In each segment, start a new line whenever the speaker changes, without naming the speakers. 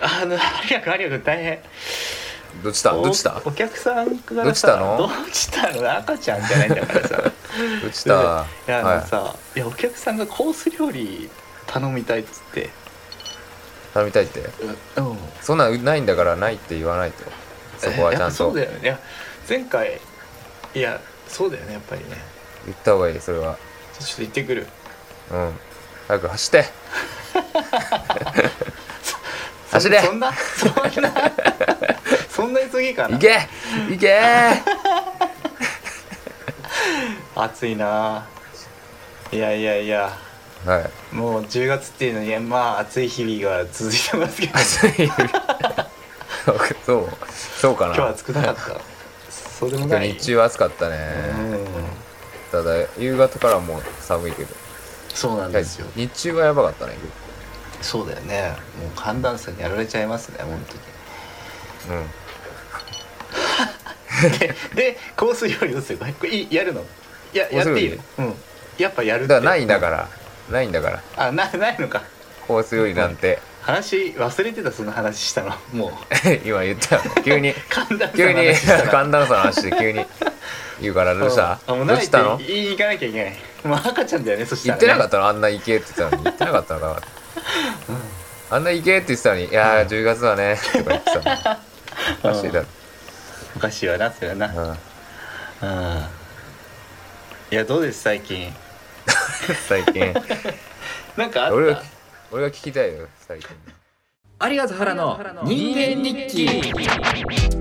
あの早く早く大変
どっちだどっちだ
おお客さんからさ
どっちだの
どっちだの赤ちゃんじゃないんだから さ
どっちだはい
やあのさ、い、やお客さんがコース料理頼みたいっつって
い食べたいって
うんうん
そんなんないんだからないって言わないとそこはち
や
ゃ
っぱ
ん
そ
と
うだよねいや前回いやそうだよねやっぱりね
言った方がいいそれは
ちょっと行ってくる
うん早く走って
そ
走れ
そんなそん なそんな急ぎかな
行け行け
暑いないやいやいや
はい
もう10月っていうのにまあ暑い日々が続いてますけど
暑いそうそうか
今
な
日は暑くなかったそうでも
今
な
日
い
日中は暑かったね、
うん
ただ夕方からもう寒いけど
そうなんですよ
日中はやばかったね
そうだよねもう寒暖差にやられちゃいますね本
うん
当 にででコース料理をすればいやるのいや
コー
や
ス
っ
料
て
理
いいのうんやっぱやるっ
だ
て
からないんだからないんだから
あなないのか
コース料理なんて
話忘れてたその話したのもう
今言ったよ急に
寒暖差
急
の
に
話したら
寒暖差の話で急に言うからどうした
あも
ど
う
う
ないっ
してたの
言いに行かなきゃいけないもう赤ちゃんだよねそした
言
ら、ね、
ってなかったのあんな行けって言ってたのに言ってなかったのかなあんな行けって言ってたのに「いやー10月だね」とか言ってたのおかしいだろ
おかしいわなそれはな
うん
うんいやどうです最近
最近
なんかあった
俺が俺が聞きたいよ最近
有賀と原の人間日記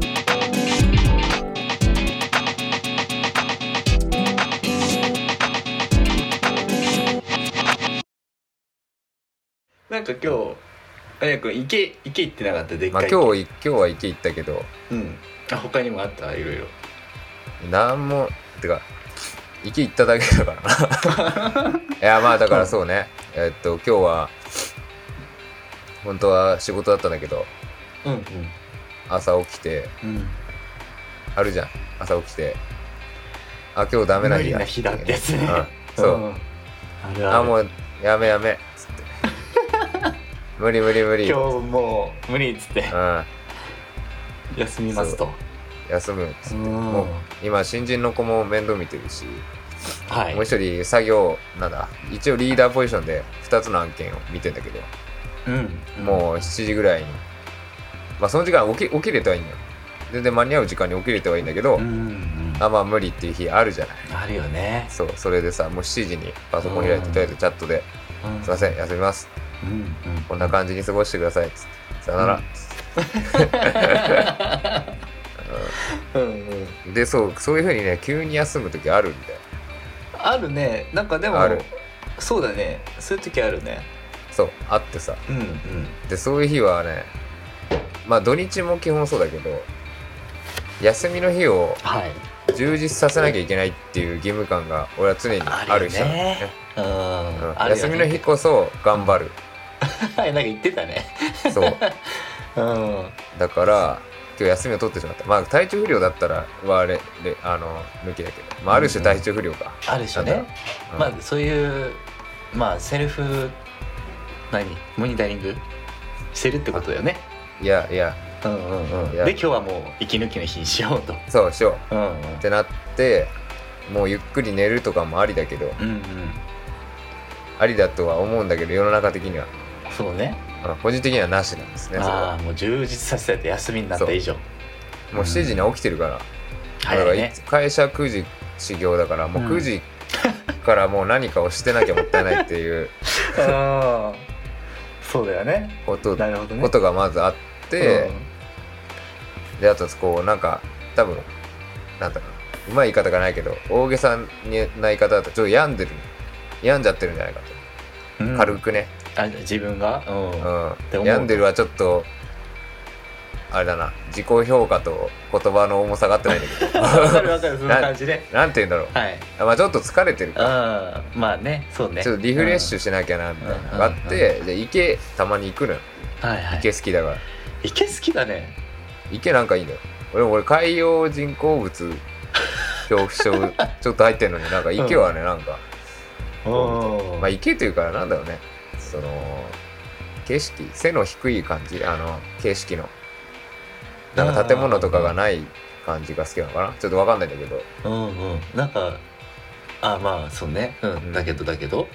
なんか今日あやくん池池行ってなかったでっ
ま
か
あ
い池、
今日い今日は行け行ったけど
うんあ他にもあったいろいろ
なんもてか行け行っただけだか らないやまあだからそうねえっと今日は本当は仕事だったんだけど
うんうん
朝起きて
うん
あるじゃん朝起きてあ今日ダメな日
無理
だ
な日だってやつね
うん、そう、
んあるある
あもうやめやめっつって 無理無理無理
今日もう無理っつって
うん
休みますと
休むっつって
うん
もう今新人の子も面倒見てるし、
はい
もう一人作業なんだ一応リーダーポジションで2つの案件を見てんだけど、
うん
もう7時ぐらいにまあその時間起き起きれてはいいんだよ全然間に合う時間に起きれてはいいんだけど、
うんうん
あまあ無理っていう日あるじゃない
あるよね
そうそれでさもう7時にパソコン開いてとりあえずチャットで「すいません休みます
うんうん
こんな感じに過ごしてください」つってさよなら」
うんうん
でそうそういうふうにね急に休む時あるんだよ
あるねなんかでも
ある
そうだねそういう時あるね
そうあってさ
うんうん
でそういう日はねまあ土日も基本そうだけど休みの日を
はい
充実させなきゃいけないっていう義務感が俺は常にある人なんだよね
うん
うん
あるよ
休みの日こそ頑張る
はい なんか言ってたね
そう
うん
だから今日休みを取ってしまったまあ体調不良だったらはあれれあの抜きだけど、まあ、ある種体調不良か、
あるでしょね
なんだろううん
まあそういうまあセルフ何モニタリングしてるってことだよね
いやいや
うんうんうん
い
で
や
今日はもう息抜きの日にしようと
そうしよう
うんうん
ってなってもうゆっくり寝るとかもありだけど
うんうん
ありだとは思うんだけど世の中的には、
そうね
うん個人的にはなしなんですねそれ
あ
は
あもう充実させて休みになった以上
もう7時には起きてるから、だか
早
ら
いね
いつ会社9時始業だからもう
うん
9時からもう何かをしてなきゃもったいないって いう
うんそうだよね
こと,、
なるほどね
ことがまずあって、であとこうなんか多分なんだろううまい言い方がないけど大げさな言い方だとちょっと病んでる病んじゃってるんじゃないか
うん
と
うん
軽くね、
あ自分がうんて思
うん、
う
病んでるはちょっとあれだな自己評価と言葉の重さが合ってないんだけど
わかるわかるその感じ で
なんて言うんだろう
はい
あまあちょっと疲れてるから
うんまあねそうね
ちょっとリフレッシ
ュ、
ュしなきゃなみたいなのがあって、じゃあ池たまに行くのよ
うんはいはい
池好きだから
池好きだね
池なんかいいんだよ俺俺海洋人工物恐怖 症ちょっと入ってるのになんか池はねなんか、
うん
まあ池というからなんだろうねその景色背の低い感じあの景色のなんか建物とかがない感じが好きなのかなちょっとわかんないんだけど
うんうんなんかあまあそうねうんだけどだけど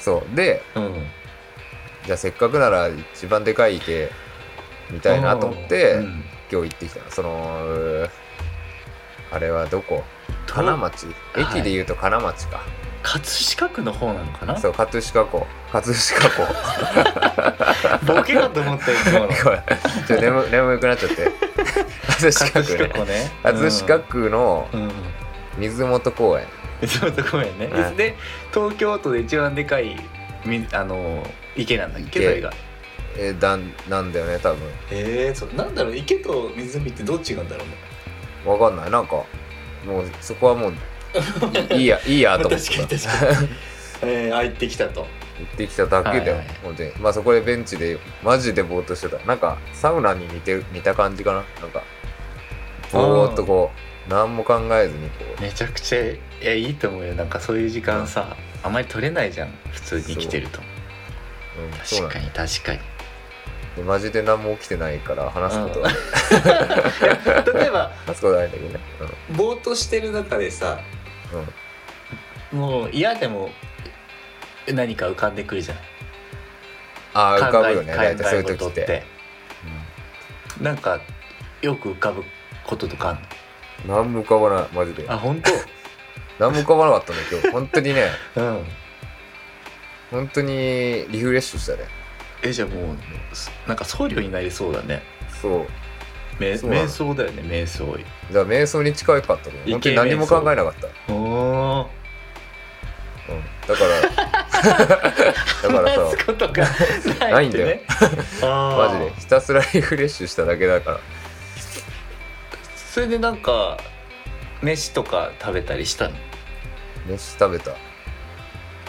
そうで
うん
じゃあせっかくなら一番でかい池見たいなと思って、
うん
今日行ってきたのそのあれはどこ
と
金町
はい
駅で言うと金町か、
葛飾区の方なのかな
そう葛飾湖葛飾 湖
ボケかと思ったよ今の
ごめんちょっと眠眠くなっちゃって 葛飾
葛
区
飾区
ね
ね
葛飾区の
うんうん
水元公園
そうとこやね
はい
で東京都で一番でかいみあの池なんだっけ
池
それが
えーだんなんだよね多分
ええそうなんだろう池と湖ってどっちなんだろうね
わかんないなんかもうそこはもういいいやいいや
まあ
と
確か
思っ
に
て行
確かにえー、あ行ってきたと
ってきただけ
はい
だよ、
はい
ほんでまあそこでベンチでマジでぼーっとしてたなんかサウナに似てる似た感じかななんかぼーっとこう何も考えずにこう
めちゃくちゃいやいいと思うよなんかそういう時間さ、あまり取れないじゃん普通に生きてると
うん、そうな
確
ん
か
だ
に確かに
でマジで何も起きてないから話すことは、
例えば
話すことはないんだけどね、
ぼーっとしてる中でさ
うんうん、
もう嫌でも何か浮かんでくるじゃん
ああ浮かぶよね
考え
大体そういう
考え
時
事
っ
っててなんかよく浮かぶこととかあんの
うん、何も浮かばないマジで
あ本当
何も浮かばなかったんだ今日本当にね
うん
本当にリフレッシュしたね
えじゃあもうすなんか僧侶になりそうだね
そう
め
そうなの
瞑想だよね瞑想
だから瞑想に近いかったね本当に何も考えなかった、うん、
おお
だから だから
話
さ
すことが ないって ね
マ
マ
ジでひたすらリフレッシュしただけだから
それでなんか飯とか食べたりしたの
飯食べた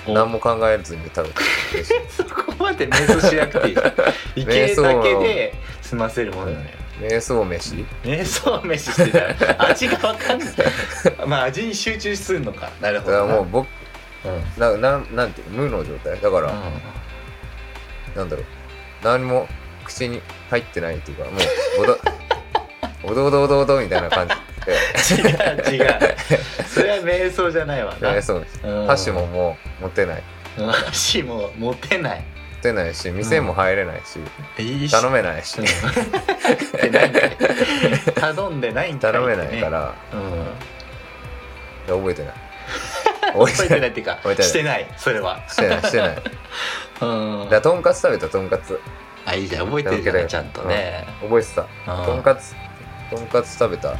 何も考えずに食べた飯
そこまで瞑想しな くていいじゃん
瞑
池
想
だけで済ませるものだね
瞑想飯
瞑想飯してたら味が分かんないまあ味に集中するのかなる
だ
ほ
から
どな
もう僕
うんうん
ななんなんていうの無の状態だから、なんだろう何も口に入ってないっていうかもうおど おどおどおどおどみたいな感じで
違う違うそれは瞑想じゃないわな
瞑想飯
うん
箸ももう持てない
うん箸も持てない
持てないし店も入れないし、
いい
頼めないし、
ってないんかい頼んでないんかいって
頼
ね
めないから、
うん
いや覚えてない
覚
覚
え
えて
てな
な
い
い
っていうか
覚えてない
してないそれは
してないしてないだか
うん
らとんかつ食べたとんかつ
あいいじゃん覚えてるじゃ
だけど
んちゃんとね
覚えてた
うん
とんかつとんかつ食べた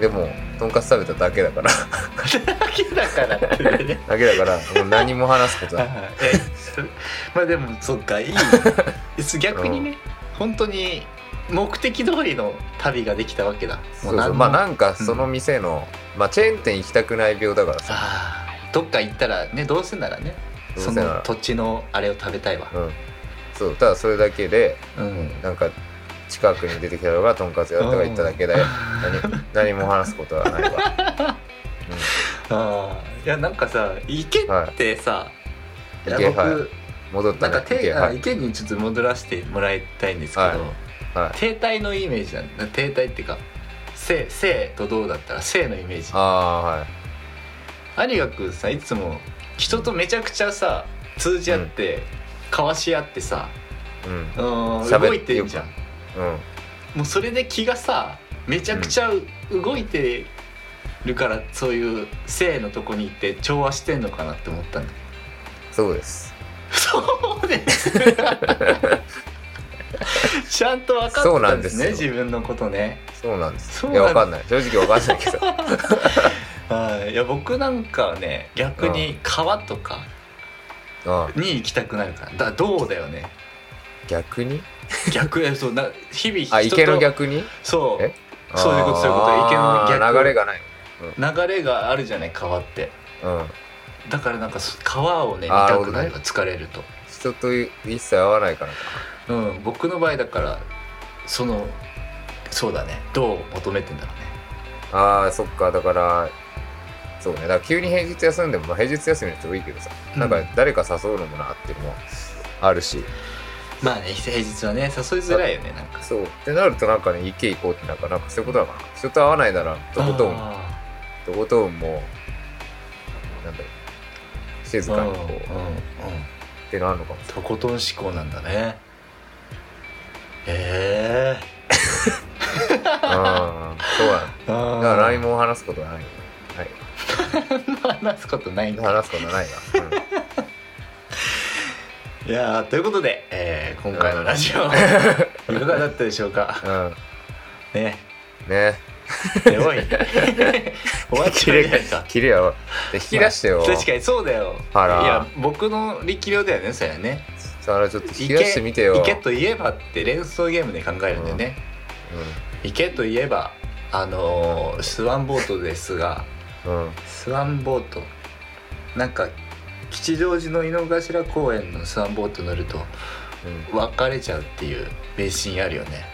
でもとんかつ食べただけだから
だけだからってね
だけだからもう何も話すこ とない
え まあでもそっか いい逆にね本当に目的通りの旅ができたわけだ
そ
も
う
う
そ
何
う
も
まあなんかその店の、まあチェーン店行きたくない病だからさ
あーどっか行ったらねどうせならね
どう
そ
せな
の
ら
土地のあれを食べたいわ
うんそうただそれだけで
うん
なんか近くに出てきたのがとんかつ屋とか行っただけで 何何も話すことはないわ
あーいやなんかさ池ってさ、いや
池
僕、
は戻った
なんか手
ね池
あ
はい
池にちょっと戻らせてもらいたいんですけど、
はいはい
停滞のイメージなんだ停滞っていうか生生とどうだったら生のイメージ
あ
有賀君さいつも人とめちゃくちゃさ通じ合って、交わし合ってさ
あはいうん
うーん
喋っ
動いてんじゃん
うん
もうそれで気がさめちゃくちゃ動いてるから、そういう性のとこに行って調和してんのかなって思った んだ
そうです
そうですちゃんと分か
そ
っ
う
て
な
たん
んで
ですす
よ
ね自分のことね
そうなんです
そう
い
なん
やわかんない正直わかんない けど
はいいや僕なんかはね逆に川とか
ああ
に行きたくなるからだからどうだよね
逆に
逆えそうな日々
あ
人
池の
と
逆に
そう
え
そういうことそういうこと
ああ
池の逆
流れがない
流れがあるじゃない川って
うん
だからなんかそ川をね見
あー
たくなるわ疲れると、
人と一切会わないから
うん、僕の場合だからそのそうだねどう求めてんだろうね
ああそっかだからそうねだから急に平日休んでも、まあ、平日休みの人多いけどさなんか
うん
誰か誘うのもなっていうのもあるし、
まあね平日はね誘いづらいよねなんか
そうってなるとなんかね池行こうってなんかなんかそういうことなのかな人と会わないならとことん
あ
とことんもうなんだろう静
ー
かにこう
うんうんうん
ってのあるのかも
とことん思考なんだねへえ
ああそうなん
ー、だ
だだから何も話すことはないよはい
話すことないんだ
話すことはないな、うん
いやーということで、えー今回のラジオいかがだったでしょうか
うん
ね
ね
えおい 終わっちゃうじゃないか
切れよで引き出してよ、
確かにそうだよ
あら
いや僕の力量だよねそれはね
それちょっと引き出してみてよ
行けと言えばって連想ゲームで考えるんだよね、行けと言えばあのースワンボートですが
うんうん
スワンボートなんか吉祥寺の井の頭公園のスワンボート乗ると
うん
別れちゃうっていう迷信あるよね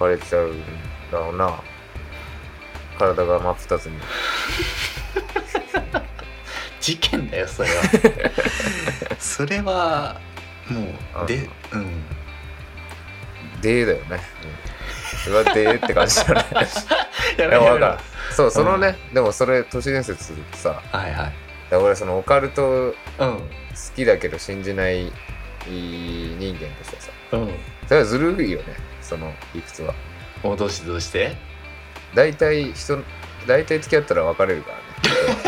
バレちゃうんだろうな体が真っ二つに
事件だよそれは それはもうでうん
でーだよね、うん、それはでーって感じだね
や
いやわか
は
るそうそのね、でもそれ都市伝説さ
いはい
だから俺そのオカルト好
う
きだけど信じない人間としてさ
んうん
それはずるいよねその理屈は
もうどうしてどうして
大体人大体付き合ったら別れるか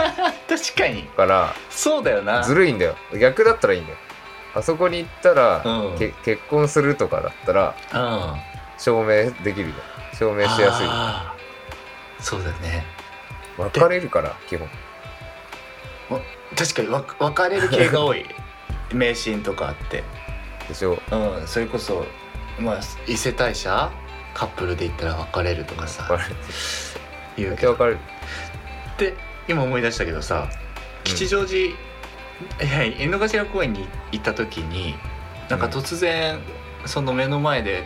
らね
確かに
だか
そうだよな
らずるいんだよ逆だったらいいんだよあそこに行ったら、
うん
け結婚するとかだったら
うん
証明できるよ証明しやすい
あーそうだよね
別れるから基本
確かにわ別れる系が多い迷信とかあって
でしょ
うんそれこそまあ伊勢大社カップルで行ったら別れるとかさ
別れる
言う
絶
け
対
ど
別れる
で今思い出したけどさ吉祥寺、いや井の頭公園に行った時になんか突然その目の前で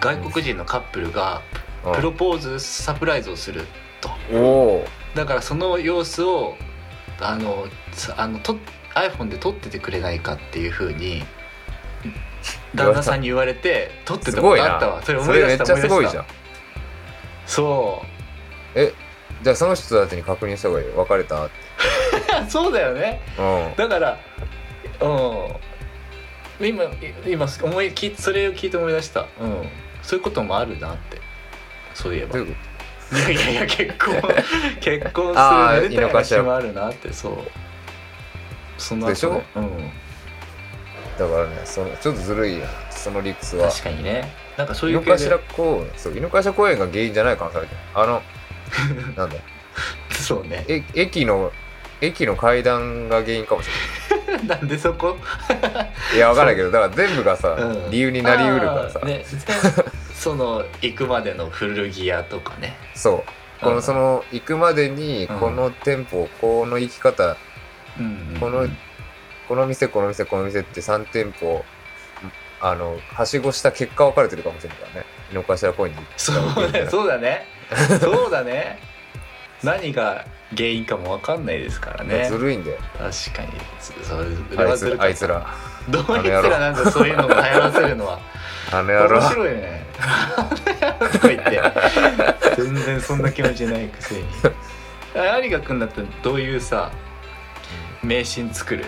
外国人のカップルが
うん
プロポーズサプライズをすると
おお
だからその様子をあのつあのと iPhone で撮っててくれないかっていうふうに旦那さんに言われて撮って
す
たこ
ごい
と
な
あったわそれ思
そ
い
れ
出し
めったちゃすご
思
い
出し
じ
た
ゃん
そう
じゃあその人たちに確認した方がいいよ別れたって
そう だよね
うん
だからうん今今思い聞いそれを聞いて思い出した、うん、そういうこともあるなってそういえば
どう
い
いうこ
やいやいや結 婚結婚
あー
するみたいな話
井の頭
もあるなってそうその後ね
でしょ
うん
とだからねそのちょっとずるいよその理屈は
確かにねなんかそう
井
い
の
う系
頭
で
公園そう井の頭公園が原因じゃないかもしれない あのなんだ
そうね
え駅の駅の階段が原因かもしれ な
なんでそこ
いいやわからないけどだから全部がさ、
うん
理由になりうるからさ、
あーねその行くまでの古着屋とかね
そうこ
う
の
ん
その行くまでに
うん
この店舗この行き方
うんうん
このこの店この店この店って3店舗あのはしごした結果分かれてるかもしれないからね井の頭公園に
そうだねそうだねそうだね何が原因かもわかんないですからね
ずるいんだよ
確かにそれそれ
あ
はいずる
つ
か
あいつら
どういつらなんかそういうのを流行らせるのは
あの野郎
面白いね とか言って全然そんな気持ちないくせにあ有賀君だったらどういうさ迷信作る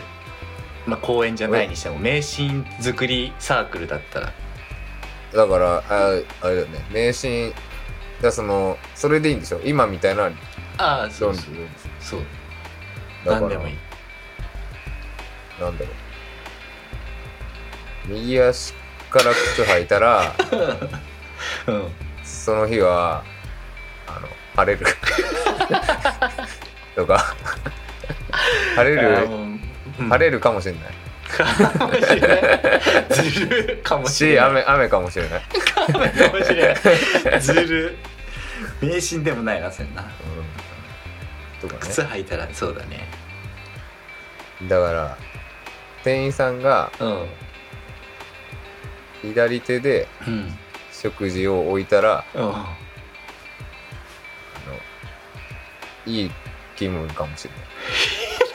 まあ公演じゃないにしても迷信作りサークルだったら
だからああれだよね迷信だそのそれでいいんでしょ今みたいな
ああそ
論
う
理
そうそう
だ
何
か
で
ら
もいい
なんだろう右足から靴履いたら
うん
その日はあの晴れる とか晴れ
あ
る
ー
晴れるかもしれない
かもしれない。 ずるかもしれ
し
ない。
雨雨かもしれない、
雨かもしれ ない。ずる。迷信でもないな、そんな。
うん、とかね
靴履いたらそうだね。
だから店員さんが
うん。
左手で
うん。
食事を置いたら
うん。
いい気分かもし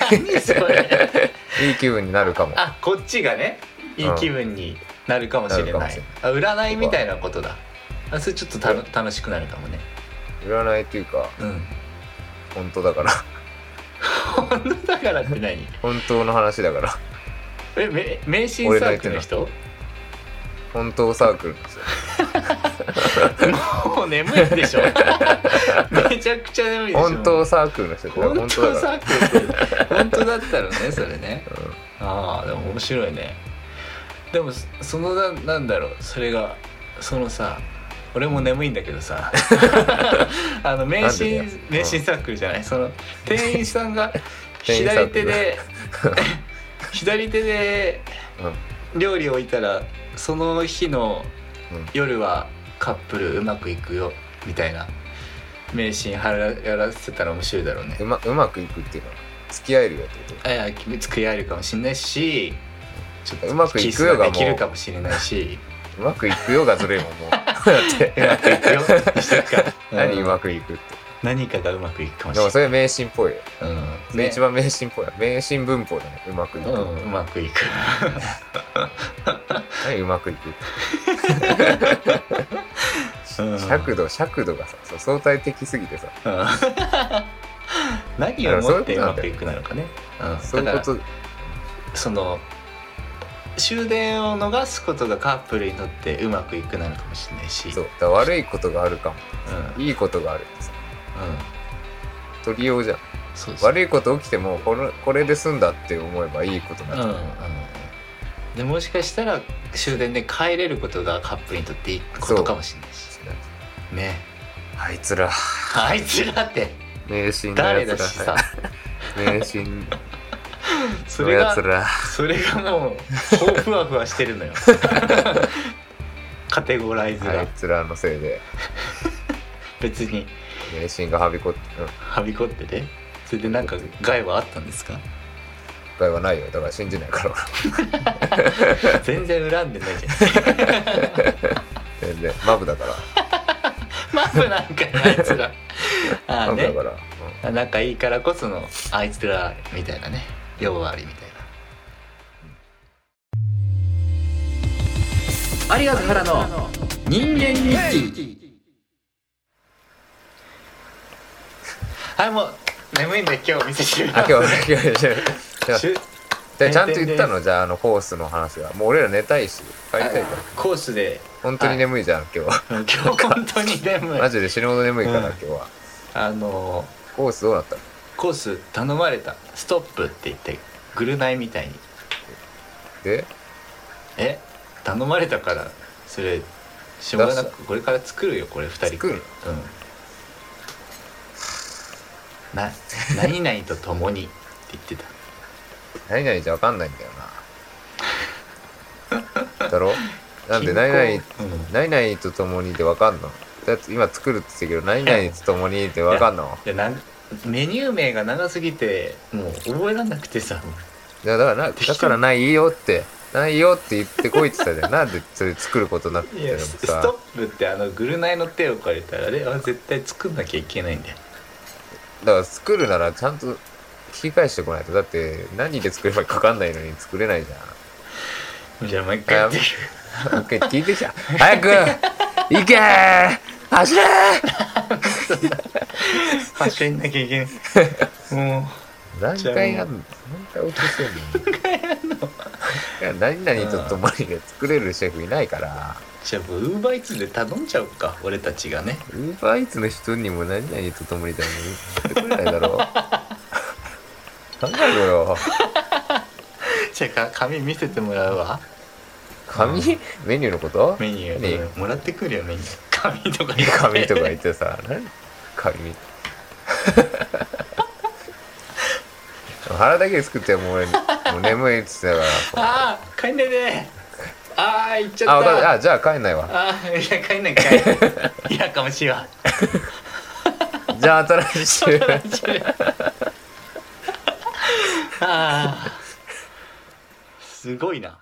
れ
何それ。
ないいい気分になるかも
あ、こっちがね、いい気分になるかもしれない
なるかもしれ
あ占いみたいなことだあそれちょっとたの楽しくなるかもね
占いっていうか
うん
本当だから
本当だからって何
本当の話だから
えめ迷信サークルの人
本当サークルなんですよ
もう眠いでしょめちゃくちゃ眠いでしょ
本当サークルの人だから
本
本当
当
だから
サークルって本当だったらねそれね、ああでも面白いねでもそそのななんだろうそれがそのさ俺も眠いんだけど さあの迷信
なんでだよ
迷信サークルじゃないその店員さんが
店員サー
左
クル
手で左手で 料理を置いたらその日の
うん
夜はカップルうまくいくよみたいな迷信はらやらせたら面白いだろうね
うまうまくいくっていうのは付き合えるよってこと
いや作り合えるかもしれないしちょっ
うまくいくよがもう
キスできるかもしれないし
うまくいくよがずるいも んも うだって
うまくいくよにしてるか
何
う
うんまくいくって
何かがうまくいくかもしれな
でも
い
それ迷信っぽいよ、
うん
一番迷信っぽいよ迷信文法だねうまくいく、
うんうまくいく
何うまくいくって
うん
尺度尺度がさそう相対的すぎてさ
うん何をもってうまくいくなのかね
そ
うん
う
だ
いう
か
こと
らその終電を逃すことがカップルにとってうまくいくなのかもしれないし
そうだから悪いことがあるかも
うんうん
いいことがあるってさ取りようじゃん
そうそう
悪いこと起きてもこれこれで済んだって思えばいいこと
う
なん
うん
だ、
うんでもしかしたら終電で帰れることがカップルにとっていいことかもしれないしね
あいつら
あいつらって
迷信の
誰
や
だし
つ
さ
ら迷信
そ
の
れ
やつ
が
ら
それがもうこうふわふわしてるの よカテゴライズ
あ
が
いつらのせいで
別に
迷信がはびこってうん
はびこっててそれでなんか害はあったんですか
害はないよだから信じないから俺
全然恨んでないじゃ ん
全然マブだから
マブなんかあいつらあ
マ
あ
ブだ
ね
から、うん
仲いいからこそのあいつらみたいなね要はありみたいな
有賀原の人間日記
はいもう眠いんで今日店終了
あ今日は今日は 今日は
終
じゃあちゃんと言ったのじゃああのホースの話はもう俺ら寝たいし帰りたいから
コースで
本当に眠いじゃん今日は
今日本当に眠
マ
い
ジで死ぬほど眠いから
うん
今日は
あの
ホースどうなったの
コース頼まれたストップって言ってぐるナイみたいに
で
え頼まれたからそれしょうがなくこれから作るよこれ二人
作る
うんな何々と共にって言ってた
何々じゃ分かんないんだよなだろな んで何々
々、うん
何々と共にで分かんのだって今作るって言ってたけど何々と共にで分かんの
いやなんメニュー名が長すぎてもう覚えらんなくてさ
いやだから なだからないよってないよって言ってこいって言ったじゃん なんでそれ作ることになって
い
るの
や
も
ススト
さ
ップってあのぐるナイの手を借りたらあれは絶対作んなきゃいけないんだよ
だから作るならちゃんと聞き返してこないとだって何で作ればいいか分かんないのに作れないじゃん
じゃあもう一回やってみる
もう一 回聞いてきた早く行けー走れー
走んなきゃいけ ないもう
何回やんの何回落としてんの何回やんの何々と共にで作れるシェフいないから
じゃあもうウーバーイーツで頼んじゃおうか俺たちがね
ウーバーイーツの人にも何々と共にだよ言ってくれないだ ろ考えろよ
じゃあか紙見せてもらうわ
紙メニューのこと
メニュー、
メニュー
うんもらってくるよメニュー 紙とか言って
紙とか言ってさ 何紙 腹だけで作ってもう俺もう眠いっつってたから
ああ帰んねえねああ行 っち
あ
ゃっ
わかった
たあ
あじゃあ帰んないわ
あーいや帰んない帰ん ないいやかもしいわ
じゃあ新し い
ああすごいな